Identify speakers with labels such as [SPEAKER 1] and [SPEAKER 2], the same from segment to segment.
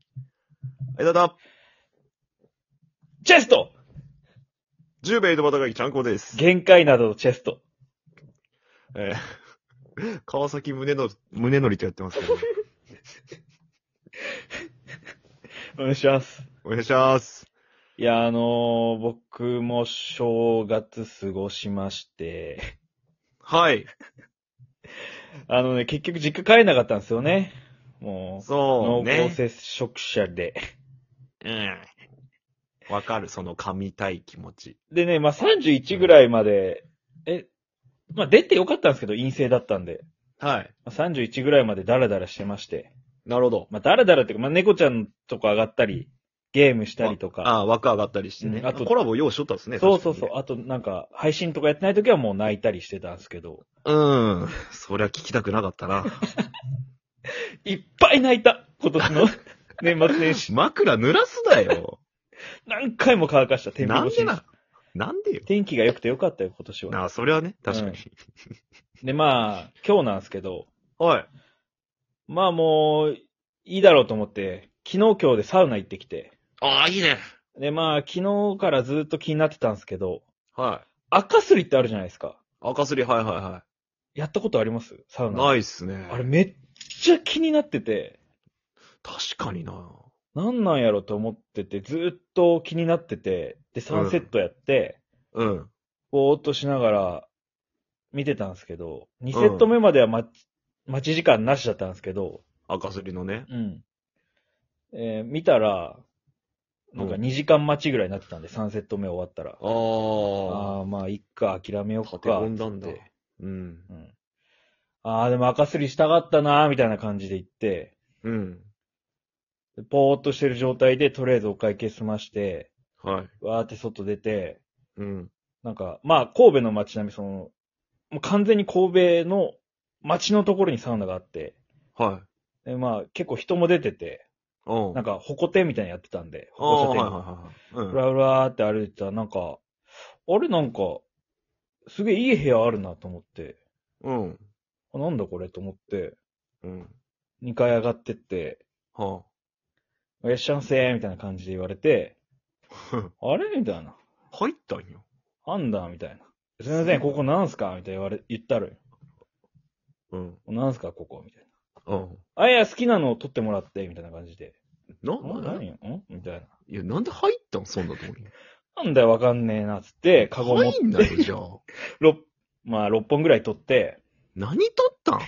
[SPEAKER 1] はい、どうぞ。
[SPEAKER 2] チェスト
[SPEAKER 1] 10名のバタガキちゃんこです。
[SPEAKER 2] 限界などのチェスト。
[SPEAKER 1] えー、 川崎胸の、胸のりとやってますけど、
[SPEAKER 2] お願いします。
[SPEAKER 1] お願いします。
[SPEAKER 2] いや、あのー僕も正月過ごしまして、
[SPEAKER 1] はい。
[SPEAKER 2] あのね、結局実家帰んなかったんですよね。もう、
[SPEAKER 1] そう
[SPEAKER 2] 濃厚
[SPEAKER 1] ね。
[SPEAKER 2] 接触者で。
[SPEAKER 1] うん。わかる、その噛みたい気持ち。
[SPEAKER 2] でね、まあ、31ぐらいまで、え、まあ、出てよかったんですけど、陰性だったんで。
[SPEAKER 1] はい。
[SPEAKER 2] まあ31ぐらいまでダラダラしてまして。
[SPEAKER 1] なるほど。
[SPEAKER 2] まあ、ダラダラっていうか、まあ、猫ちゃんとか上がったり、ゲームしたりとか。
[SPEAKER 1] ああ、枠上がったりしてね。
[SPEAKER 2] うん
[SPEAKER 1] あ
[SPEAKER 2] あ
[SPEAKER 1] と
[SPEAKER 2] と
[SPEAKER 1] コラボ用意しとったんですね。
[SPEAKER 2] そうそうそう
[SPEAKER 1] 確。
[SPEAKER 2] あとなんか、配信とかやってない時はもう泣いたりしてたんですけど。
[SPEAKER 1] かにね。うん。そりゃ聞きたくなかった な。
[SPEAKER 2] いっぱい泣いた今年の 年末年始。
[SPEAKER 1] 枕濡らすなよ。
[SPEAKER 2] 何回も乾かした、天日
[SPEAKER 1] なん
[SPEAKER 2] 干し
[SPEAKER 1] で
[SPEAKER 2] に
[SPEAKER 1] な、なんでよ。
[SPEAKER 2] 天気が良くてよかったよ、今年は。
[SPEAKER 1] なあ、それはね、確かに。
[SPEAKER 2] で、まあ、今日なんですけど、
[SPEAKER 1] はい。
[SPEAKER 2] まあもう、いいだろうと思って、昨日今日でサウナ行ってきて、
[SPEAKER 1] ああ、いいね。
[SPEAKER 2] で、まあ、昨日からずっと気になってたんですけど、
[SPEAKER 1] はい。
[SPEAKER 2] 赤すりってあるじゃないですか。
[SPEAKER 1] 赤すり、はいはいは
[SPEAKER 2] やったことありますサウ
[SPEAKER 1] い。
[SPEAKER 2] ナ。
[SPEAKER 1] ないっすね。
[SPEAKER 2] あれめっちゃ気になってて、
[SPEAKER 1] 確かにな。
[SPEAKER 2] なんなんやろと思ってて、ずっと気になってて、で、3セットやって、
[SPEAKER 1] うん。
[SPEAKER 2] ぼーっとしながら見てたんですけど、2セット目までは待ち、待ち時間なしだったんですけど、
[SPEAKER 1] 赤すりのね。
[SPEAKER 2] うん。えー見たら、なんか
[SPEAKER 1] うん
[SPEAKER 2] 2時間待ちぐらいになってたんで、3セット目終わったら。
[SPEAKER 1] ああ。
[SPEAKER 2] ああ、まあ、いっか、諦めよう
[SPEAKER 1] 立
[SPEAKER 2] か。
[SPEAKER 1] て込んだんだ
[SPEAKER 2] つって。
[SPEAKER 1] うん。
[SPEAKER 2] うん。ああ、でも赤すりしたかったなー、みたいな感じで行って、
[SPEAKER 1] うん。
[SPEAKER 2] でぽーっとしてる状態で、とりあえずお会計済まして、
[SPEAKER 1] はい。
[SPEAKER 2] わーって外出て、
[SPEAKER 1] うん。
[SPEAKER 2] なんか、まあ、神戸の街並み、その、もう完全に神戸の街のところにサウナがあって、
[SPEAKER 1] はい。
[SPEAKER 2] でまあ、結構人も出てて、
[SPEAKER 1] うん。
[SPEAKER 2] なんか、ほこてみたいなのやってたんで、
[SPEAKER 1] ああ
[SPEAKER 2] 歩
[SPEAKER 1] は
[SPEAKER 2] 行
[SPEAKER 1] い
[SPEAKER 2] 者
[SPEAKER 1] はい
[SPEAKER 2] 天
[SPEAKER 1] はいはい。
[SPEAKER 2] 国。ふ
[SPEAKER 1] うん。
[SPEAKER 2] らふらーって歩いてたら、なんか、あれなんか、すげえいい部屋あるなと思って、
[SPEAKER 1] うん。
[SPEAKER 2] あなんだこれと思って、
[SPEAKER 1] うん。
[SPEAKER 2] 2階上がってって、
[SPEAKER 1] は
[SPEAKER 2] いらっしゃいませーみたいな感じで言わ れて、
[SPEAKER 1] あ。
[SPEAKER 2] あれみたいな。
[SPEAKER 1] 入ったんよ。
[SPEAKER 2] あんだみたいな。すいません、ここなんすかみたいな言われ、言ったらよ。
[SPEAKER 1] うん。
[SPEAKER 2] なんすかここみたいな。
[SPEAKER 1] うん。
[SPEAKER 2] あ、いや、好きなのを取ってもらって、みたいな感じで。
[SPEAKER 1] な、
[SPEAKER 2] ん
[SPEAKER 1] な
[SPEAKER 2] 何よんみたいな。
[SPEAKER 1] いや、なんで入ったんそんなとこに。
[SPEAKER 2] なんだよ、わかんねえな、つって、カゴ持っ
[SPEAKER 1] 入んな よ、じゃあ。
[SPEAKER 2] 六まあ、6本ぐらい取って、
[SPEAKER 1] 何取ったん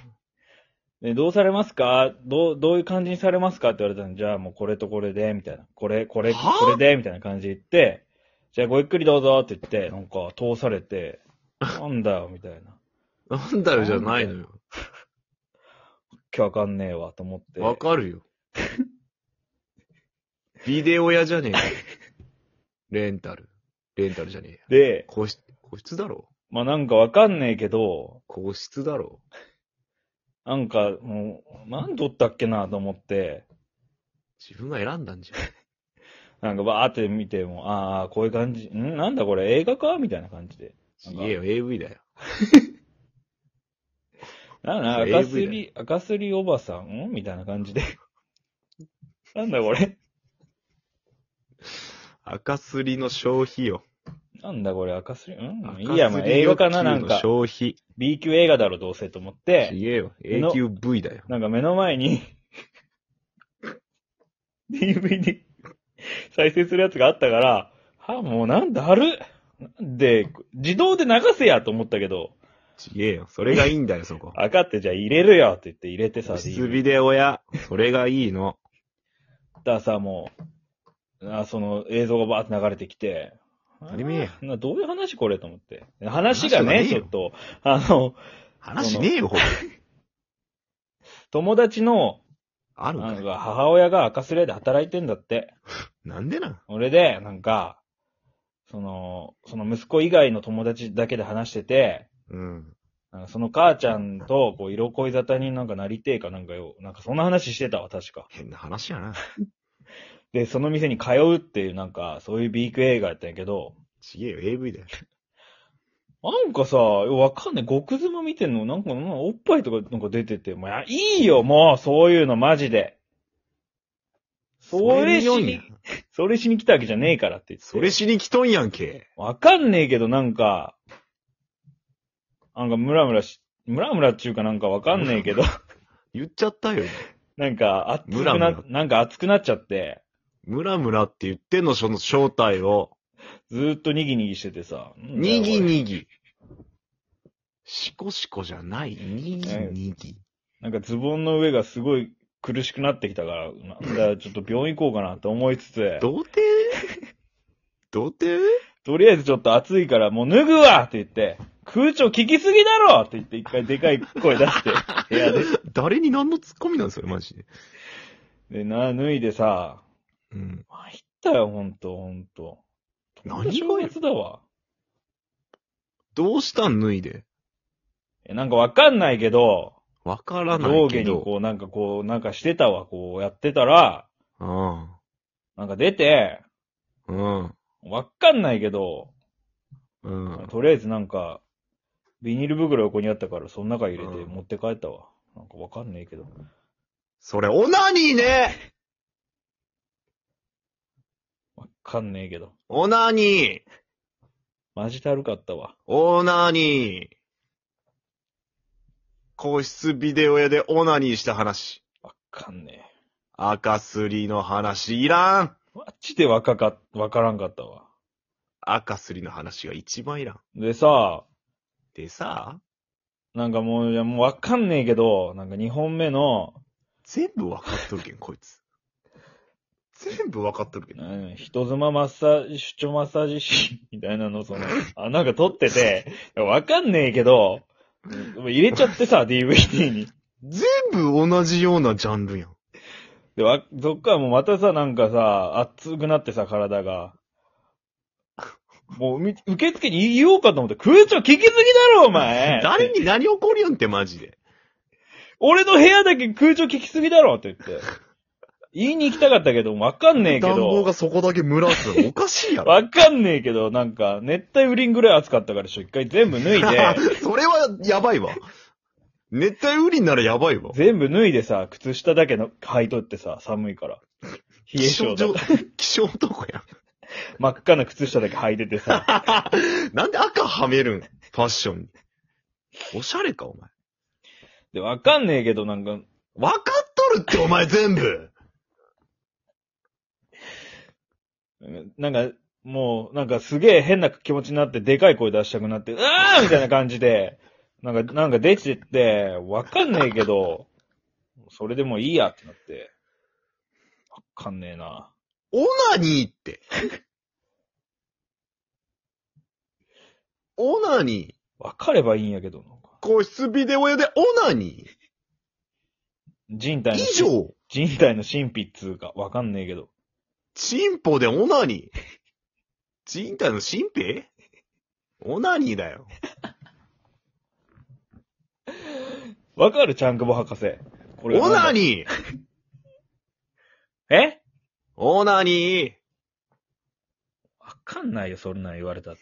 [SPEAKER 2] でどうされますかどう、どういう感じにされますかって言われたんで、じゃあもうこれとこれで、みたいな。これ、これ、こ
[SPEAKER 1] は
[SPEAKER 2] れで、みたいな感じで言って、じゃあごゆっくりどうぞって言って、なんか通されて、なんだよ、みたいな。
[SPEAKER 1] なんだよ、じゃないのよ。
[SPEAKER 2] 今日わかんねえわ、と思って。
[SPEAKER 1] わかるよ。ビデオ屋じゃねえか。レンタル。レンタルじゃねえや。
[SPEAKER 2] で、
[SPEAKER 1] 個室、個室だろ
[SPEAKER 2] まあなんかわかんねえけど、
[SPEAKER 1] 個室だろ
[SPEAKER 2] なんかもう、なん取ったっけな、と思って、
[SPEAKER 1] 自分が選んだん じゃん。
[SPEAKER 2] なんかバーって見ても、ああ、こういう感じ、んなんだこれ映画かみたいな感じで。なんか
[SPEAKER 1] いえよ、AV だよ。
[SPEAKER 2] なんだ
[SPEAKER 1] それ
[SPEAKER 2] 赤
[SPEAKER 1] AV
[SPEAKER 2] すり、赤すりおばさんんみたいな感じで。なんだこれ
[SPEAKER 1] 赤すりの消費よ。
[SPEAKER 2] なんだこれ赤すり、うんいいや、まあ映画
[SPEAKER 1] 欲
[SPEAKER 2] か
[SPEAKER 1] 求
[SPEAKER 2] な
[SPEAKER 1] の
[SPEAKER 2] なんか、
[SPEAKER 1] 消費。
[SPEAKER 2] B 級映画だろどうせと思っ
[SPEAKER 1] ち
[SPEAKER 2] て、
[SPEAKER 1] げえよ。A 級 V だよ。
[SPEAKER 2] なんか目の前に、DVD 再生するやつがあったから、はあ、もうなんだあるなんで、自動で流せやと思ったけど、
[SPEAKER 1] ちげえよ。それがいいんだよ、そこ。
[SPEAKER 2] 赤ってじゃ あ入れるよって言って入れてさ、
[SPEAKER 1] 個室
[SPEAKER 2] DVD
[SPEAKER 1] ビデオ屋。それがいいの。
[SPEAKER 2] だからさ、もう、あその映像がバーって流れてきて、
[SPEAKER 1] 当たり前や
[SPEAKER 2] などういう話これと思って。話
[SPEAKER 1] 話
[SPEAKER 2] が
[SPEAKER 1] がね
[SPEAKER 2] ね、
[SPEAKER 1] え
[SPEAKER 2] ち
[SPEAKER 1] よ
[SPEAKER 2] ょっと、 あの、
[SPEAKER 1] 話ねえよ、ほら。
[SPEAKER 2] 友達の、
[SPEAKER 1] ある
[SPEAKER 2] な
[SPEAKER 1] か
[SPEAKER 2] ん
[SPEAKER 1] ら。
[SPEAKER 2] か母親が赤スレで働いてんだって。
[SPEAKER 1] なんでなん
[SPEAKER 2] 俺で、なんか、その、その息子以外の友達だけで話してて、
[SPEAKER 1] うん。
[SPEAKER 2] なんかその母ちゃんと、こう、色恋沙汰になんかなりてえかなんかよ、なんかそんな話してたわ、確か。
[SPEAKER 1] 変な話やな。
[SPEAKER 2] で、その店に通うっていう、なんか、そういう B 級映画やったんやけど、
[SPEAKER 1] ちげえよ、AV だよ。
[SPEAKER 2] なんかさ、わかんない。極妻見てんのなんか、なんかおっぱいとかなんか出てて、もういやいいよ、もう、そういうの、マジで。それ
[SPEAKER 1] によん
[SPEAKER 2] し
[SPEAKER 1] や
[SPEAKER 2] に
[SPEAKER 1] ん、
[SPEAKER 2] それしに来たわけじゃねえからって言って。
[SPEAKER 1] それしに来とんやんけ。
[SPEAKER 2] わかんねえけど、なんか、なんかムラムラし、ムラムラっちゅうかなんかわかんねえけど、
[SPEAKER 1] 言っちゃったよ。
[SPEAKER 2] なんか熱く
[SPEAKER 1] ム
[SPEAKER 2] な、
[SPEAKER 1] ラムラ
[SPEAKER 2] なんか熱くなっちゃって、
[SPEAKER 1] ムラムラって言ってんの、その正体を。
[SPEAKER 2] ずーっとニギニギしててさ。なんだよ
[SPEAKER 1] にぎ。にぎ。しこしこじゃない。にぎにぎ。
[SPEAKER 2] これなんかズボンの上がすごい苦しくなってきたから、なんだよ、ちょっと病院行こうかなと思いつつ、
[SPEAKER 1] 童貞童貞
[SPEAKER 2] とりあえずちょっと暑いからもう脱ぐわって言って、空調効きすぎだろって言って一回でかい声出 して、部屋で。
[SPEAKER 1] 誰に何のツッコミなんですよ、マジで。
[SPEAKER 2] で、な、脱いでさ、
[SPEAKER 1] うん。
[SPEAKER 2] 参ったよ、ほんと、ほんと。
[SPEAKER 1] 何がよ
[SPEAKER 2] 正月だわ。
[SPEAKER 1] どうしたん脱いで。
[SPEAKER 2] え、なんかわかんないけど、
[SPEAKER 1] わからない
[SPEAKER 2] 上
[SPEAKER 1] け
[SPEAKER 2] 下に
[SPEAKER 1] ど。
[SPEAKER 2] こう、なんかこう、なんかしてたわ、こうやってたら、
[SPEAKER 1] うん。
[SPEAKER 2] なんか出て、
[SPEAKER 1] うん。
[SPEAKER 2] わかんないけど、
[SPEAKER 1] うん。
[SPEAKER 2] とりあえずなんか、ビニール袋横にあったから、その中入れて
[SPEAKER 1] うん
[SPEAKER 2] 持って帰ったわ。なんかわかんねえけど。
[SPEAKER 1] それ、オナニーね
[SPEAKER 2] わかんねえけど。
[SPEAKER 1] オナニー
[SPEAKER 2] マジだるかったわ。
[SPEAKER 1] オナニー個室ビデオ屋でオナニーした話。
[SPEAKER 2] わかんねえ。
[SPEAKER 1] 赤すりの話いらん
[SPEAKER 2] マジで若か、わからんかったわ。
[SPEAKER 1] 赤すりの話が一番いらん。
[SPEAKER 2] でさ、
[SPEAKER 1] でさ、
[SPEAKER 2] なんかもう、いやもうわかんねえけど、なんか2本目の、
[SPEAKER 1] 全部わかっとるけん、こいつ。全部わかっとるけん。
[SPEAKER 2] うん人妻マッサージ、出張マッサージ師 みたいなの、その、あ、なんか撮ってて、わかんねえけど、うん入れちゃってさ、DVD に。
[SPEAKER 1] 全部同じようなジャンルやん。
[SPEAKER 2] で、わ、そっからもうまたさ、なんかさ、熱くなってさ、体が。もう、み受付に言おうかと思って、空調聞きすぎだろ、お 前
[SPEAKER 1] 誰に何起こるやんって、マジで。
[SPEAKER 2] 俺の部屋だけ空調聞きすぎだろって言って。言いに行きたかったけど、わかんねえけ
[SPEAKER 1] 暖房
[SPEAKER 2] ど
[SPEAKER 1] が、そこだけ蒸らすのおかしいやろ。
[SPEAKER 2] わかんねえけど、なんか、熱帯雨林ぐらい暑かったから、一回全部脱 いで、
[SPEAKER 1] それはやばいわ。熱帯雨林ならやばいわ。
[SPEAKER 2] 全部脱いでさ、靴下だけの履いとってさ、寒いから。冷え性だ
[SPEAKER 1] 気象
[SPEAKER 2] か
[SPEAKER 1] 状、気象男やん。
[SPEAKER 2] ら。真っ赤な靴下だけ履いててさ。
[SPEAKER 1] なんで赤はめるんファッションに。おしゃれか、お前。
[SPEAKER 2] で、わかんねえけど、なんか、
[SPEAKER 1] わかっとるって、お前全部
[SPEAKER 2] なんか、もう、なんかすげえ変な気持ちになって、でかい声出したくなって、うわーみたいな感じで、なんか、なんか出てって、わかんねえけど、それでもういいやってなって。わかんねえな。
[SPEAKER 1] オナニーって。オナニー。
[SPEAKER 2] わかればいいんやけど、なんか。
[SPEAKER 1] 個室ビデオ屋でオナニ
[SPEAKER 2] 人体
[SPEAKER 1] ー。
[SPEAKER 2] の、
[SPEAKER 1] 以上。
[SPEAKER 2] 人体の神秘っつうか、わかんねえけど。
[SPEAKER 1] チンポでオナニー。人体の神秘オナニーだよ。
[SPEAKER 2] わかるちゃんくぼ博士。こ
[SPEAKER 1] オナ
[SPEAKER 2] に
[SPEAKER 1] ニー。
[SPEAKER 2] え
[SPEAKER 1] オナニー。
[SPEAKER 2] わかんないよ、そんなん言われたって。